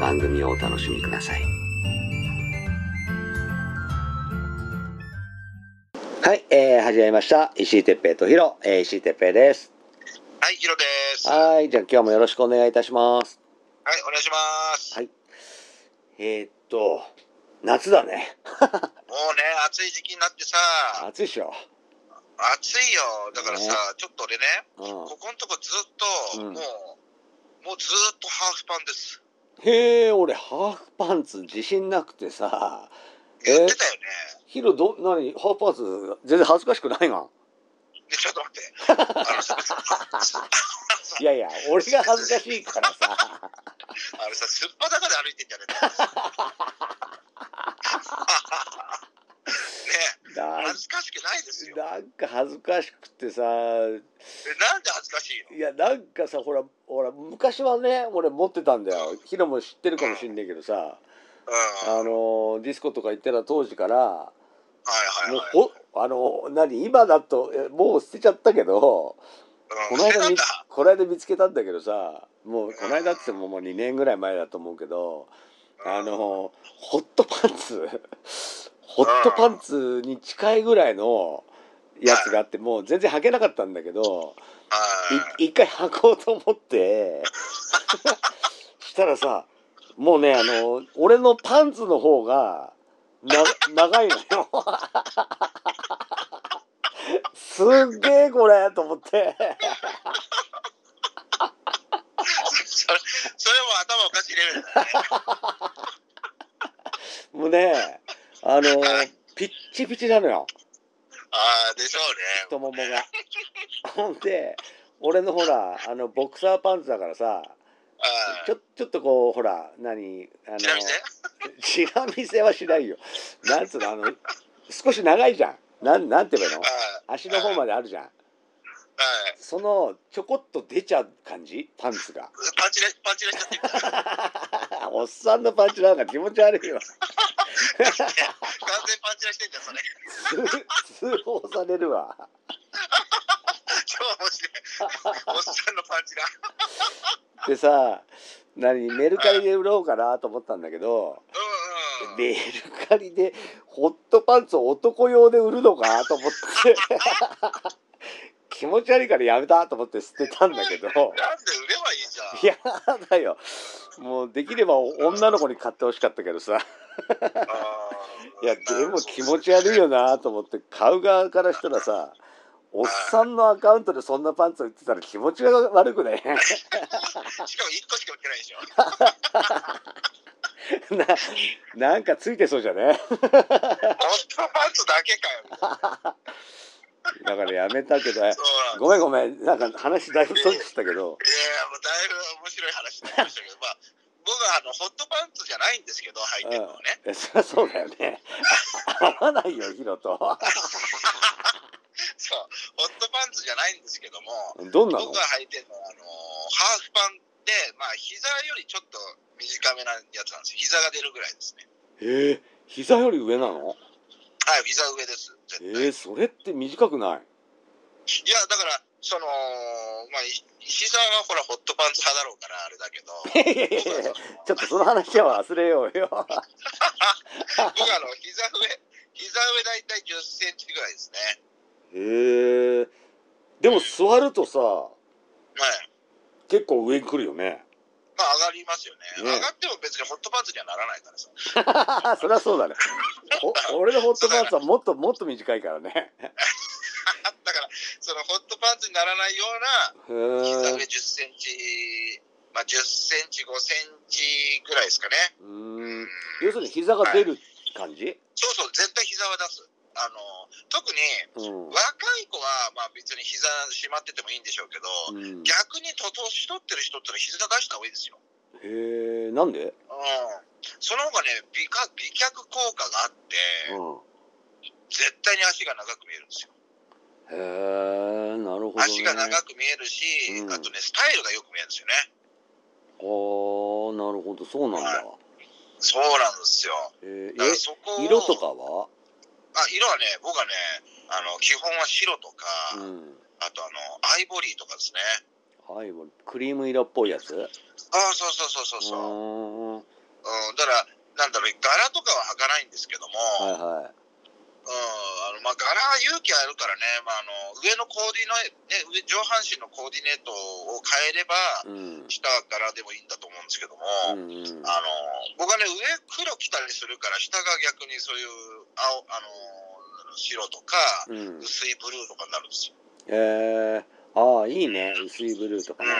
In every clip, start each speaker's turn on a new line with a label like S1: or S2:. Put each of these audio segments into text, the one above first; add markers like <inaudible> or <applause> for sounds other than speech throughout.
S1: 番組をお楽しみください。はい、えー、始めました。石井哲平とヒロ、えー、石井哲平です。
S2: はい、ヒロです。はい、
S1: はい、じゃあ今日もよろしくお願いいたします。
S2: お願いします。
S1: はいえー、っと、夏だね。
S2: もうね、暑い時期になってさ、
S1: 暑いっしょ。
S2: 暑いよ。だからさ、
S1: ね
S2: ちょっと俺ね、こ
S1: う
S2: このとこずっと、
S1: うん
S2: もう、もうずっとハーフパンです。
S1: ん。へえ、俺ハーフパンツ自信なくてさ。え
S2: 言ってたよ
S1: ヒロど、なに、ハーフパンツ全然恥ずかしくないがん。
S2: ね。で、ちょっと
S1: <laughs>
S2: 待って。あのさ、
S1: いやいや、俺が恥ずかしいからさ。
S2: あれさ、すっぱだかで歩いてんじゃねえか。ね
S1: <laughs> だ
S2: 恥ずかしくないですよ。
S1: なんか恥ずかしくてさ
S2: えなんで恥ずかしいの
S1: いやなんかさほらほら昔はね俺持ってたんだよヒロも知ってるかもしんないけどさあ
S2: うん。はい
S1: のディスコとか行ってた当時から
S2: はい
S1: もう
S2: はい。
S1: ほあの何今だとえもう捨てちゃったけど
S2: う
S1: こ
S2: ん
S1: の間
S2: なん
S1: 見
S2: だ。
S1: この間見つけたんだけどさもうこの間っつってももう2年ぐらい前だと思うけどあのホットパンツ <laughs> ホットパンツに近いぐらいのやつがあってもう全然履けなかったんだけど
S2: はい
S1: い一回履こうと思って <laughs> したらさもうねあの俺のパンツの方がな長いのよ <laughs> すっげえこれと思って
S2: それ、それも頭おかしいレベルだね。
S1: もうねあのピッチピチなのよ
S2: ああ、でしょうね。
S1: 太ももが。ほんで俺のほらあのボクサーパンツだからさ
S2: あ
S1: ちょちょっとこうほら何あの
S2: あ、ちなみにね、
S1: チラ見せはしないよ。なんつうの、あの、少し長いじゃん。なん、なんて言えばいいの
S2: ああ、
S1: 足の方まであるじゃん。
S2: はい。
S1: その、ちょこっと出ちゃう感じパンツが。
S2: パンチラ、パンチラしちゃってる。
S1: おっさんのパンチなんか気持ち悪いわ。
S2: 完全にパンチラしてんじゃん、それ。
S1: 通通報されるわ。
S2: 超面白い。おっさんのパンチラ。う
S1: でさ、何、メルカリで売ろうかなと思ったんだけど、
S2: んうん。
S1: メルカリでホットパンツを男用で売るのかと思って。気持ち悪いからやめたと思って捨てたんだけど。
S2: なんで売ればいいじゃん。
S1: いやだよもうできれば女の子に買ってほしかったけどさ
S2: ああ
S1: いやでも気持ち悪い。よなと思って買う側からしたらさおっさんのアカウントでそんなパンツ売ってたら気持ちが悪くね <laughs>
S2: しかも一個しか売ってないでしょ。
S1: ななんかついてそうじゃね
S2: ホットパンツだけかよ。
S1: だからやめたけど
S2: そうなんだ。
S1: ごめんごめんなんか話だいぶそっちたけど
S2: いやいや、もうだいぶ面白い話になりましたけど、まあ、僕はあの、ホットパンツじゃないんですけど、履いてるのはね。
S1: えそりゃそうだよねあ合わないよヒロと
S2: そう。ホットパンツじゃないんですけども、
S1: どんなの
S2: 僕が履いてるのはあのーハーフパンで、まあ、膝よりちょっと短めなやつなんですよ膝が出るぐらいですね
S1: えー、膝より上なの
S2: はい膝上です絶
S1: え
S2: 対、
S1: ー、それって短くない <laughs>
S2: いやだからそのまあひ膝はほらホットパンツ派だろうからあれだ
S1: <laughs>
S2: けど
S1: いやいやいやいやちょっとその話は忘れようよ。
S2: 僕あの膝上膝上大体1 0センチぐらいですね
S1: へえ。でも座るとさ、
S2: はい
S1: 結構上に来るよね。
S2: まあ上がりますよね
S1: ね
S2: 上がっても別にホットパンツにはならないからさ。
S1: そりゃそうだね。ほ俺のホットパンツはもっともっと短いからね。
S2: だから、そのホットパンツにならないよ
S1: う
S2: うな、膝上
S1: ー
S2: 10センチ、まあ10センチ、5センチぐらいですかね。
S1: ん。うん要するに膝が出る感じ、
S2: そうそう、絶対膝は出す。あの、特に、
S1: うん
S2: 若い子は、まあ別に膝閉まっててもいいんでしょうけど、
S1: うん。
S2: 逆にと年取ってる人ってのは膝出した方がいいですよ。
S1: へえ、なんで
S2: うん。その方がね、美か美脚効果があって、
S1: うん。
S2: 絶対に足が長く見えるんで
S1: へえ、
S2: すよ。
S1: なるほど、ね。
S2: 足が長く見えるし、
S1: うん
S2: あとね、スタイルがよく見えるんですよね。
S1: はあ、なるほど、そうなんだ。
S2: そうなんですよ。
S1: え
S2: だからそこを
S1: え、色とかは
S2: あ色はね、僕はね、あの基本は白とか、
S1: うん。
S2: あとあのアイボリーとかですね。
S1: はい、もうクリーム色っぽいやつ
S2: ああ、そうそうそうそうそう。う
S1: ーん
S2: ん、
S1: は
S2: だから、なんだろう、柄とかは履かないんですけど
S1: い
S2: も、
S1: は
S2: うん、あのまあ、柄は勇気あるからね、まあ、あの上のコーディネ、ね、上上半身のコーディネートを変えれば、
S1: い。うん。
S2: 下は柄でもいいんだと思うんですけども、
S1: うんうん、
S2: あの僕はね、上黒着たりするから、下が逆にそういう青、あの白とか、
S1: うん、
S2: 薄いブルーとかになるんですよ。
S1: えー、ああいいね薄いブルーとか
S2: うん
S1: ね、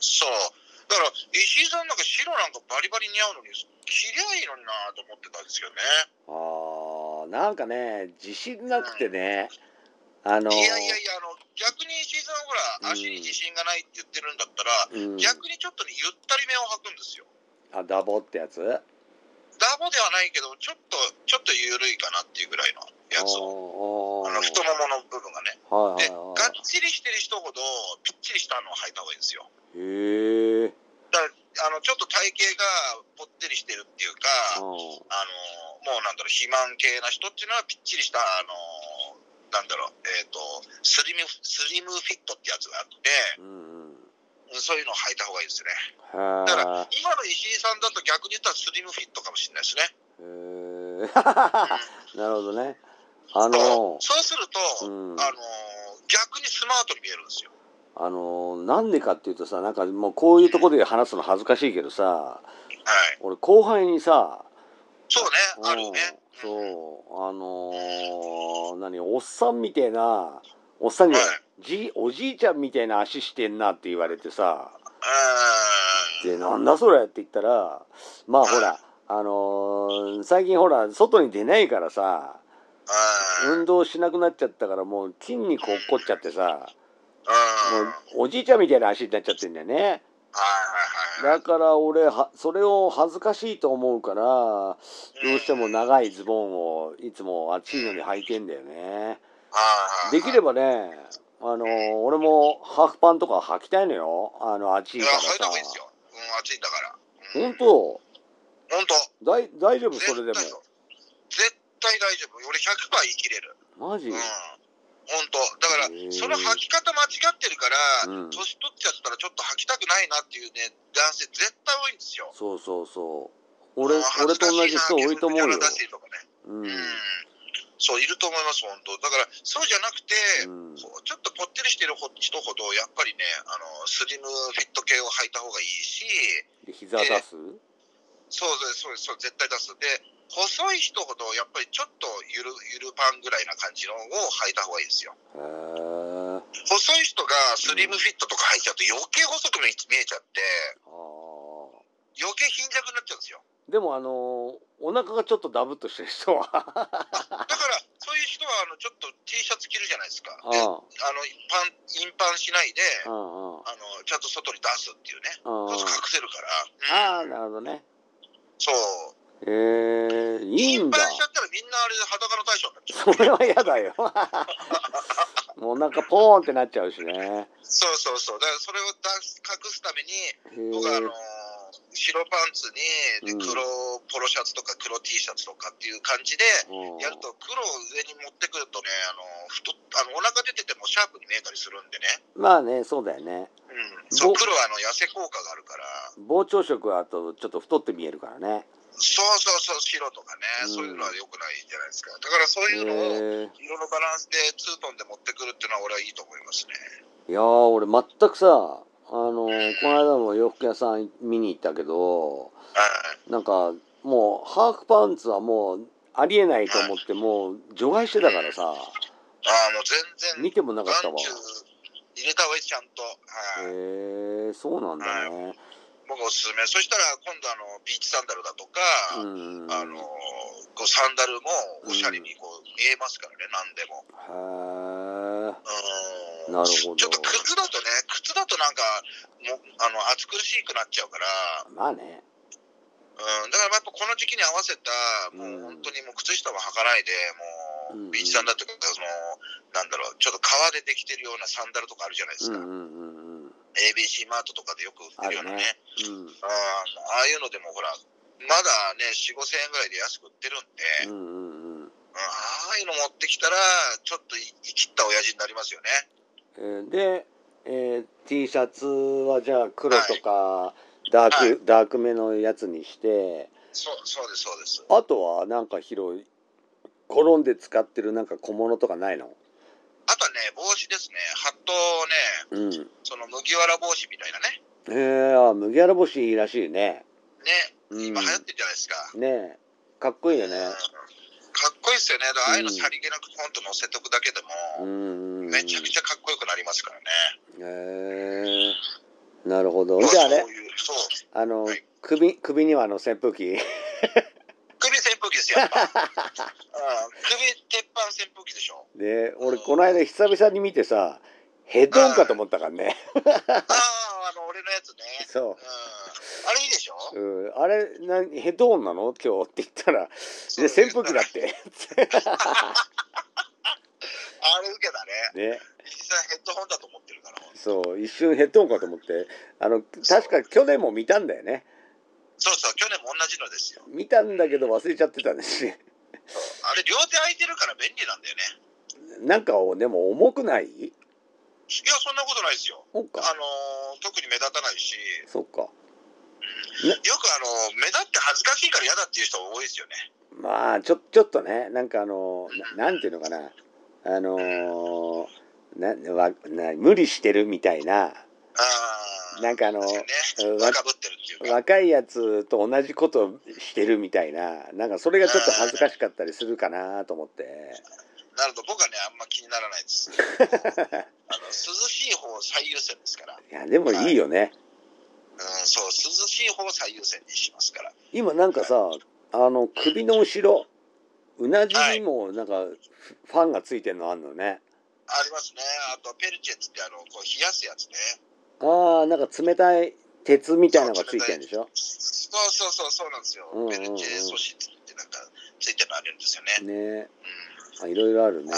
S2: そう。だから、石井さんなんか白なんかバリバリ似合うのに、着りゃいいのになと思ってたんですよね。
S1: ああなんかね自信なくてねあの
S2: いやいやいや、あの、逆に石井さん
S1: う
S2: ほら、
S1: ん
S2: 足に自信がないって言ってるんだったら、
S1: うん、
S2: 逆にちょっとね、ゆったりめを履くんですよ。
S1: あダボってやつや
S2: ダボではないけど、ちょっと、ちょっと緩いかなっていうぐらいのやつを。あの、太ももの部分がね。
S1: はい
S2: で、
S1: は
S2: がっちりしてる人ほど、ぴっちりしたのを履いた方がいいんですよ。
S1: いはいへえ
S2: あの、ちょっと体型がぽってりしてるっていうか、あのもうなんだろう、肥満系な人っていうのは、ぴっちりした、あのなんだろう、えっ、とスリム、スリムフィットってやつがあって、
S1: うんうんうん
S2: そういうのを履いた方がいいですね。だか
S1: は
S2: ら、今の石井さんだと逆に言ったらスリムフィットかもしれないですね。
S1: ー <laughs> へーなるほどねあの
S2: そうすると、
S1: うん
S2: あの逆にスマートに見えるんですよ。
S1: あのなんでかっていうとさなんかもうこういうとこで話すの恥ずかしいけどさ
S2: はい。
S1: 俺後輩にさ
S2: そうね、あるよね。
S1: うん
S2: うん。
S1: そうあのー、何おっさんみてえなおっさんに、
S2: はい
S1: じおじいちゃんみたいな足してんなって言われてさ「
S2: う
S1: でなんだそれ」って言ったらまあほ
S2: は
S1: らあのー最近ほら外に出ないからさ
S2: ん。うん。うん。
S1: 運動しなくなっちゃったからもう筋肉落っこっちゃってさも
S2: はいう
S1: おじいちゃんみたいな足になっちゃってんだよね。
S2: はいはい。
S1: だから俺はそれを恥ずかしいと思うからどうしても長いズボンをいつも暑いのに履いてんだよね
S2: はいはいはい
S1: できればねあの俺もハーフパンとか履きたいのよあの暑い
S2: い
S1: か
S2: や、
S1: ら
S2: 履い
S1: さ
S2: た方がいいですよ。うん、暑いんだから。うん
S1: 本当
S2: 本当
S1: だい大丈夫それで
S2: 絶対そう絶対大丈夫俺100%言い切れる
S1: もマジ
S2: うん本当だから
S1: へー
S2: その履き方間違ってるか
S1: う
S2: ら、
S1: ん
S2: 年取っちゃったらちょっと履きたくないなっていうね男性絶対多いんですよ
S1: そうそうそう俺
S2: うん
S1: 俺
S2: 恥ず
S1: と
S2: か
S1: 同
S2: し
S1: じ
S2: な
S1: 人多いと思うよ
S2: 気づかしいとかね
S1: うん
S2: うん、そういると思います本当だからそうじゃなくて、
S1: うん
S2: こうちょっとぽってりしてる人ほどやっぱりねあのスリムフィット系を履いた方がいいし
S1: で膝出す
S2: そうですそうですそう絶対出すで細い人ほどやっぱりちょっとゆるゆるパンぐらいな感じのを履いた方がいいですよ
S1: へえ
S2: 細い人がスリムフィットとか履いちゃうと余計細く見え見えちゃって
S1: あー
S2: 余計貧弱になっちゃうんですよ
S1: でもあのお腹がちょっとダブっとしてる人は
S2: だからそういう人はあのちょっと T シャツ着るじゃないですかであ
S1: あ
S2: のパンインパンしないで
S1: あうんうん
S2: あのちゃんと外に出すっていうね
S1: あ
S2: そうす
S1: ー
S2: ると隠せるか
S1: あー
S2: ら、うん
S1: なるほどね
S2: そう
S1: えー、いい
S2: イ
S1: ん
S2: ン
S1: だ
S2: パンしちゃったらみんなあれで裸の大将になっちゃう
S1: それは嫌だ
S2: <laughs>
S1: よもうなんかポーンってなっちゃうしね
S2: そうそうそうだからそれを出す隠すために
S1: へー
S2: 僕はあのー白パンツに
S1: うん
S2: で黒ポロシャツとか黒 T シャツとかっていう感じで
S1: うん
S2: やると黒を上に持ってくるとねあのー太っあのお腹出ててもシャープに見えたりするんでね、
S1: まあねそうだよね
S2: うん、そ
S1: ぼ
S2: う黒はあの痩せ効果があるから
S1: 膨張色はあとちょっと太って見えるからね
S2: そうそうそう白とかね、
S1: うん
S2: そういうのは良くないじゃないですかだからそう
S1: へ
S2: いうのを
S1: ー
S2: 色のバランスでツートンで持ってくるっていうのは俺はいいと思いますね
S1: いやー俺全くさあのこの間も洋服屋さん見に行ったけど
S2: はい
S1: なんかもうハーフパンツはもうありえないと思ってもう除外してたからさ
S2: ああ、もう全然、
S1: 見てもなかったわ
S2: 眼中入れた方がいい、ちゃんと。はい
S1: へえそうなんだね
S2: 僕おすすめ。そしたら、今度、あの、ビーチサンダルだとか、
S1: うん
S2: あの、こうサンダルもおしゃれにこう見えますからね、何でも。
S1: へえ
S2: うん
S1: なるほど
S2: ちょっと靴だとね、靴だとなんか、もうあの暑苦しくなっちゃうから、
S1: まあね
S2: うん、だからやっぱこの時期に合わせた、
S1: うん
S2: もう本当にもう靴下は履かないで、
S1: う
S2: も
S1: ん
S2: うビーチサンダルとか、その、なんだろう、ちょっと革でできてるようなサンダルとかあるじゃない
S1: う
S2: です
S1: んう
S2: か。
S1: んうんうん
S2: ABC マートとかでよく売ってるようなね。
S1: うん
S2: うん、ああいうのでもほら、まだね、4、5千円ぐらいで安く売ってる
S1: うん
S2: んで、
S1: うんうん
S2: うんああいうの持ってきたら、ちょっとい生きった親父になりますよね。
S1: えーで、えー T シャツはじゃあ黒とか、ダーク、
S2: はい
S1: ダークめのやつにして
S2: そうそうです、そうです。
S1: あとはなんか広い転んで使ってるなんか小物とかないの
S2: あとはね、帽子ですね。ハットを
S1: う
S2: ね、
S1: んへ
S2: その麦わら帽子みたいなね。
S1: えー、あ麦わら帽子いいらしいね
S2: ね、
S1: うん
S2: 今流行ってるじゃないですか。
S1: ねえかっこいいよね
S2: うんかっこいいですよね。だからああいうのさりげなくポンと乗せとくだけで
S1: う
S2: も、
S1: んうんうん
S2: めちゃくちゃかっこよくなりますから
S1: へ
S2: ね。
S1: えー、なるほど
S2: ま
S1: じゃあね
S2: そういう、そう。
S1: あの
S2: はい
S1: 首首にはあの扇風機 <laughs>
S2: 首扇風機ですよ、やっぱ。うん首鉄板扇風機でしょ。
S1: で俺この間久々に見てさヘッドホンかと思ったからね
S2: ああ、あの、俺のやつね。
S1: そう
S2: うん。あれいいでしょ
S1: うんあれなヘッドホンなの今日って言ったら「いや
S2: そう
S1: 扇風機だって
S2: あれ受けたね。」
S1: ね
S2: 実際ヘッドホンだと思ってるから。
S1: そう一瞬ヘッドホンかと思ってあの確か去年も見たんだよね
S2: そうそう、去年も同じのですよ。
S1: 見たんだけど忘れちゃってたんですね
S2: あれ、両手空いてるから便利なんだよね。
S1: なんかでも重くない
S2: いや、そんなことないですよ。
S1: そっ
S2: あ
S1: か
S2: のー特に目立たないし、
S1: そっか
S2: よくあのー目立って恥ずかしいから嫌だっていう人多いですよね。
S1: まあちょちょっとねなんかあのななんていうのかなあのなわな無理してるみたいな
S2: あー
S1: なんかあの
S2: 確に
S1: うん
S2: ね、
S1: わ
S2: 若ぶってるっていうか。
S1: 若いやつと同じことをしてるみたいななんかそれがちょっと恥ずかしかったりするかなと思って
S2: なると僕はね、あんま気にならな
S1: <laughs>
S2: いです。あの涼しい方を最優先ですから。うん、
S1: いやでもいいよね
S2: そう、涼しい方を最優先にしますから。
S1: 今なんかさあの首の後ろうなじにもなんかフファンがついてるのあんのね
S2: ありますね。あと、ペルチェツってあの、こう冷やすやつね。
S1: ああなんか冷たい鉄みたいなのがついてるんでしょ
S2: そうそうそう、そうなんですよ。
S1: うんうんうん
S2: ペルチェ素子ってなんか、ついてるのあるんですよ
S1: ね
S2: ね。
S1: あ
S2: うん。
S1: いろいろあるね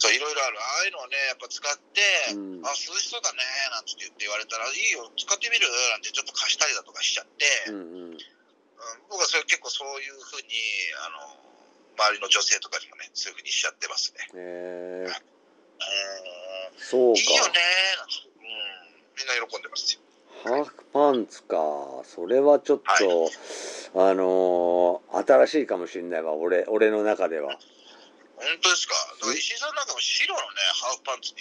S2: そう、いろいろある。ああいうのをね、やっぱ使って、
S1: うん
S2: あ、涼しそうだね、なんて言って言われたら、いいよ、使ってみるなんてちょっと貸したりだとかしちゃって、
S1: うんうん
S2: うん僕はそれ結構そういうふうに、あの、周りの女性とかにもね、そういうふうにしちゃってますね。
S1: えー、
S2: うん
S1: そうか
S2: いいよねなんて、うん、みんな喜んでますよ。
S1: ハーフパンツかそれはちょっと、あのー新しいかもしれないわ俺俺の中では
S2: 本当ですか。だから石井さんなんかも白のね、ハーフパンツに、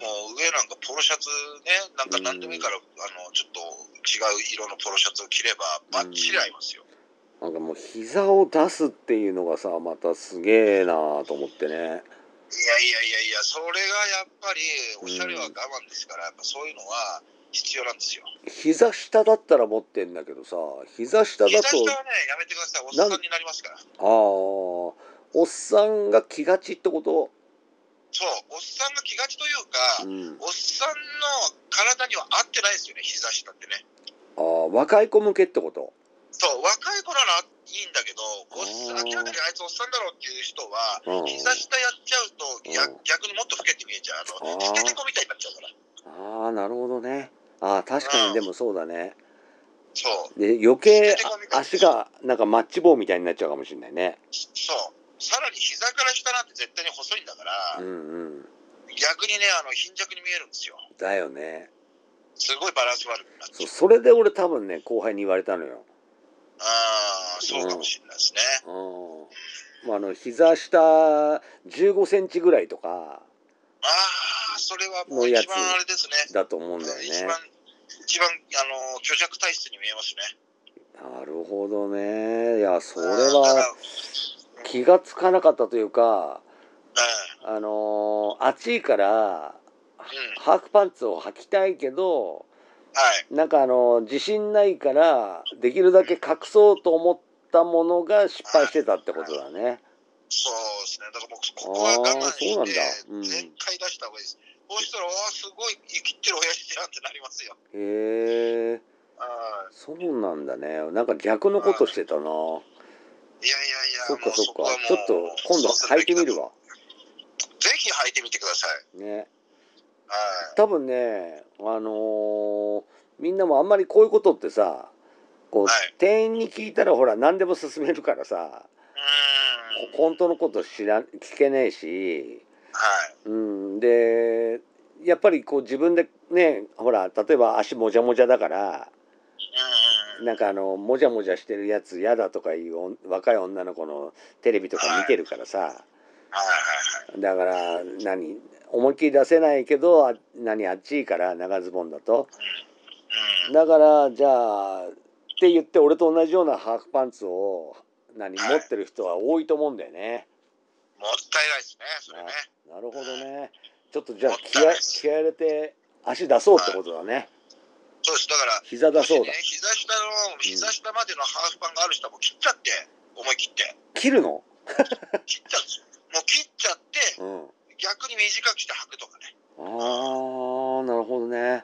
S2: もう上なんかポロシャツね、なんか何でもいいから、あの、ちょっと違う色のポロシャツを着れば、バッチリ合いますよ。
S1: なんかもう膝を出すっていうのがさまたすげえなと思ってね
S2: いやいやいやいや、それがやっぱり、おしゃれは我慢ですから、やっぱそういうのは必要なんですよ。
S1: 膝下だったら持ってんだけどさ膝下だ
S2: 膝
S1: と
S2: 下はね、やめてください。おっさんになりますから。
S1: ああおっさんが着がちってこと
S2: そう、おっさんが気がちという
S1: うん
S2: か、おっさんの体には合ってないですよね、膝下ってね。
S1: ああ若い子向けってこと
S2: そう、若い子ならいいんだけど、おっ
S1: あ
S2: さ
S1: ー
S2: ん、明らかにあいつおっさんだろうっていう人は、
S1: うん
S2: 膝下やっちゃうと、や
S1: うん
S2: 逆にもっと老けて見えちゃう。あ
S1: あ
S2: の、
S1: ー
S2: 捨ててこみたいになっちゃうか
S1: あ
S2: ら。
S1: あなるほどねああ確か
S2: う
S1: に
S2: ん
S1: でもそうだね
S2: そう。
S1: で余計あ足がなんかマッチ棒みたいになっちゃうかもしれないね
S2: そう。さらに膝から下なんて絶対に細いんだから、
S1: うんうん
S2: 逆にね、あの、貧弱に見えるんですよ。
S1: だよね
S2: すごいバランス悪くなっ
S1: そ
S2: ち
S1: う
S2: ゃう。
S1: それで俺多分ね後輩に言われたのよ
S2: ああ、そうかもしれないですね。
S1: うんまああの膝下15センチぐらいとか
S2: ああ、そそれはもう一番あれですね。
S1: だと思うんだよ
S2: 一
S1: ね
S2: 番、一番、あの、虚弱体質に見えますね。
S1: なるほどねいやそれ
S2: だか
S1: は
S2: ら
S1: 気がつかなかったというか
S2: う
S1: あのー暑いから
S2: ん。うん。
S1: ハーフパンツを履きたいけど
S2: はい。
S1: なんかあの自信ないからできるだけ隠そうと思ったものが失敗してたってことだね。
S2: そうですね。だから僕、ここは我慢して、
S1: あーそうなんだうん
S2: 全開出した方がいいです。そうしたら、おーすごい、生きてる親父じゃんってなりますよ。
S1: へえ
S2: は
S1: そうなんだねなんか逆のことしてたな。
S2: いいやいやいや、
S1: そっかそっ
S2: もうこは
S1: か
S2: もう
S1: ちょっと今度履いてみる。わ。
S2: ぜひ履いてみてください。
S1: ね
S2: はい。
S1: 多分ねあのーみんなもあんまりこういうことってさこう、
S2: はい
S1: 店員に聞いたらほら何でも勧めるからさ
S2: うーん。
S1: ほ本当のこと知らん聞けねえし
S2: はい。
S1: うん、でやっぱりこう自分でねほら例えば足もじゃもじゃだから
S2: うんうん。
S1: なんかあのもじゃもじゃしてるやつ嫌だとかいうおん若い女の子のテレビとか見てるからさ
S2: はい
S1: だから何思いっきり出せないけどあ何あっちいから長ズボンだと
S2: はいはい。うん。
S1: だからじゃあって言って俺と同じようなハーフパンツを何持ってる人は多いと思うんだよね。
S2: もったいないですね、それね。
S1: なるほどねちょっとじゃあ
S2: もっ
S1: 気
S2: たいな
S1: 合
S2: いです
S1: 気合入れて足出そうってことだね。
S2: そうです。だから、
S1: 膝だそうだ
S2: もしね膝下の、膝下までのハーフパンがある人はもう切っちゃって、思い切って。
S1: 切るの
S2: 切っちゃうんですよ。もう切っちゃって、
S1: うん
S2: 逆に短くして履くとかね。
S1: あーなるほどね
S2: は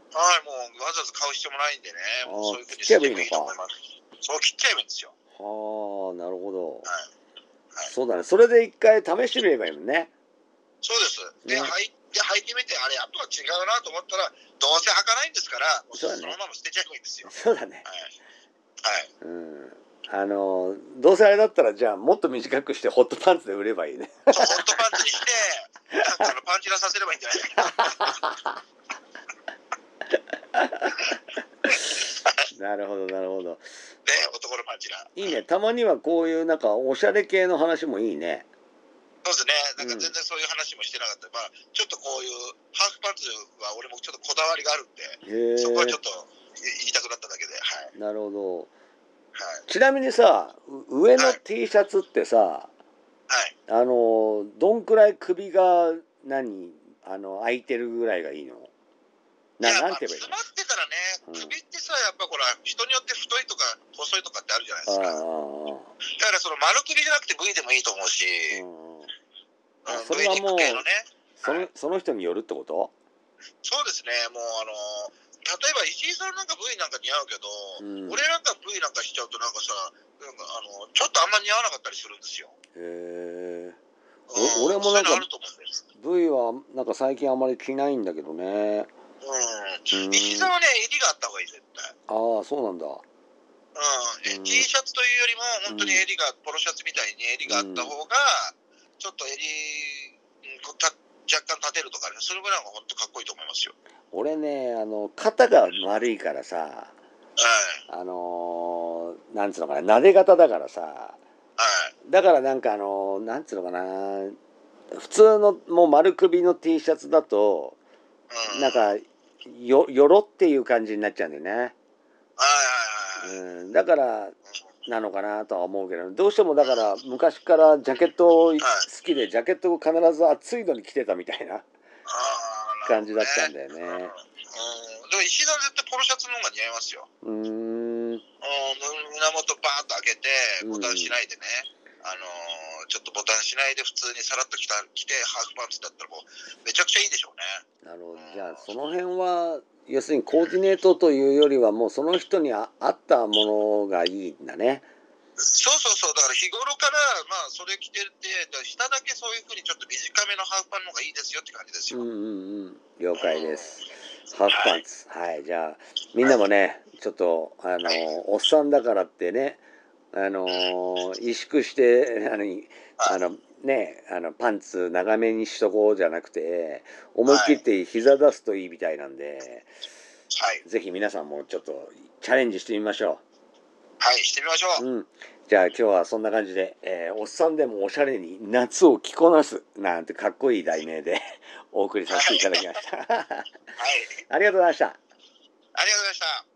S2: い、もうわざわざ買う必要もないんでね、もうそういうふうにしてもいいと思います。そう切っちゃえばいいんですよ。
S1: あーなるほど
S2: はい。はい
S1: そうだねそれで一回試してみればいいもんね
S2: そうです。で、
S1: ね
S2: 履いて、履いてみて、あれ、やっぱ違うなと思ったら、どうせ履かないんですから、もう
S1: そ
S2: そ
S1: だ
S2: う
S1: ね
S2: のまま捨てちゃえばいいんですよ。
S1: そうだね
S2: はい。はい。
S1: うんあのどうせあれだったらじゃあもっと短くしてホットパンツで売ればいいね
S2: そう、ホットパンツにして、なんかあのパンチラさせればいいんじゃない <laughs> ですか。
S1: なるほどなるほど
S2: ね、男のパンチラ。
S1: いいねたまにはこういうなんかおしゃれ系の話もいいね
S2: そうですね。なんか全然そういう話もしてなかった。まあ、ちょっとこういう、ハーフパンツは俺もちょっとこだわりがあるんで、
S1: へえ
S2: そこはちょっと言いたくなっただけで、はい。
S1: なるほど
S2: はい。
S1: ちなみにさう上の T シャツってさ
S2: はい。
S1: あのどんくらい首が何あの空いてるぐらいがいいのななんて言えばいい
S2: 詰まってたら
S1: うん
S2: ね、首ってさ、やっぱほら、人によって太いとか細いとかってあるじゃないですか。
S1: のあ
S2: だからその丸首じゃなくて V でもいいと思うし、
S1: あああうんうん
S2: うん
S1: それは
S2: V ネッ
S1: もう
S2: ク系のね。
S1: そのその人によるってこと
S2: そうですね、もうあのー、例えば石井さんなんか V なんか似合うけ
S1: う
S2: ど、
S1: ん
S2: 俺なんか V なんかしちゃうとなんかさ、なんかあのーちょっとあんま似合わなかったりするんですよ。
S1: へえ
S2: う
S1: お俺もなんか
S2: そういうのあると思うんです。
S1: V はなんか最近あんまり着ないんだけどね
S2: う
S1: うん
S2: ん。石井さんはね、襟があった方がいい、絶対。
S1: ああそうなんだう
S2: うんん、T シャツというよりも、本当に襟が、ポロシャツみたいに襟があった方が、ちょっと襟、うんこうた若干立てるとかね、それぐらいの方が本当かっこいいと思いますよ。
S1: 俺ねあの肩が丸いからさ
S2: はい、
S1: あのーなんつうのかな撫で型だからさ
S2: はい、
S1: だからなんかあのなんつうのかな普通のもう丸首の T シャツだと
S2: うん。
S1: なんかよよろっていう感じになっちゃうんだよね、
S2: はいはいはいはい。
S1: うん、だからなのかなとは思うけどどうしてもだから昔からジャケットを好きでジャケットを必ず暑いのに着てたみたいな
S2: あー
S1: 感じだったんだよ
S2: なるほどね
S1: ね。
S2: うん。でも石井さん絶対ポロシャツの方が似合いますよ。
S1: うーん
S2: うん、胸元バーッと開けて、ボタンしないでね。あのーちょっとボタンしないで普通にさらっと着た着てハーフパンツだったらもうめちゃくちゃいいでしょうね。
S1: なるほどじゃあその辺は要するにコーディネートというよりはもうその人にあ合ったものがいいんだね。
S2: そうそうそう、だから日頃から、まあ、それ着てるって、だから下だけそういうふうにちょっと短めのハーフパンの方がいいですよって感じです
S1: う
S2: よ。
S1: ん
S2: はい。
S1: うんうん了解です。ハーフパンツはいじゃあみんなもねちょっとあのおっさんだからってねあの萎縮してあのあのねあのパンツ長めにしとこうじゃなくて思い切って膝出すといいみたいなんで、
S2: はい、
S1: ぜひ皆さんもちょっとチャレンジしてみましょ
S2: はい、してみましょ
S1: う、
S2: う。
S1: うん、じゃあ今日はそんな感じで、えーおっさんでもおしゃれに夏を着こなす」なんてかっこいい題名でお送りさせていただきました。
S2: はい。
S1: ありがとうございました。
S2: ありがとうございました。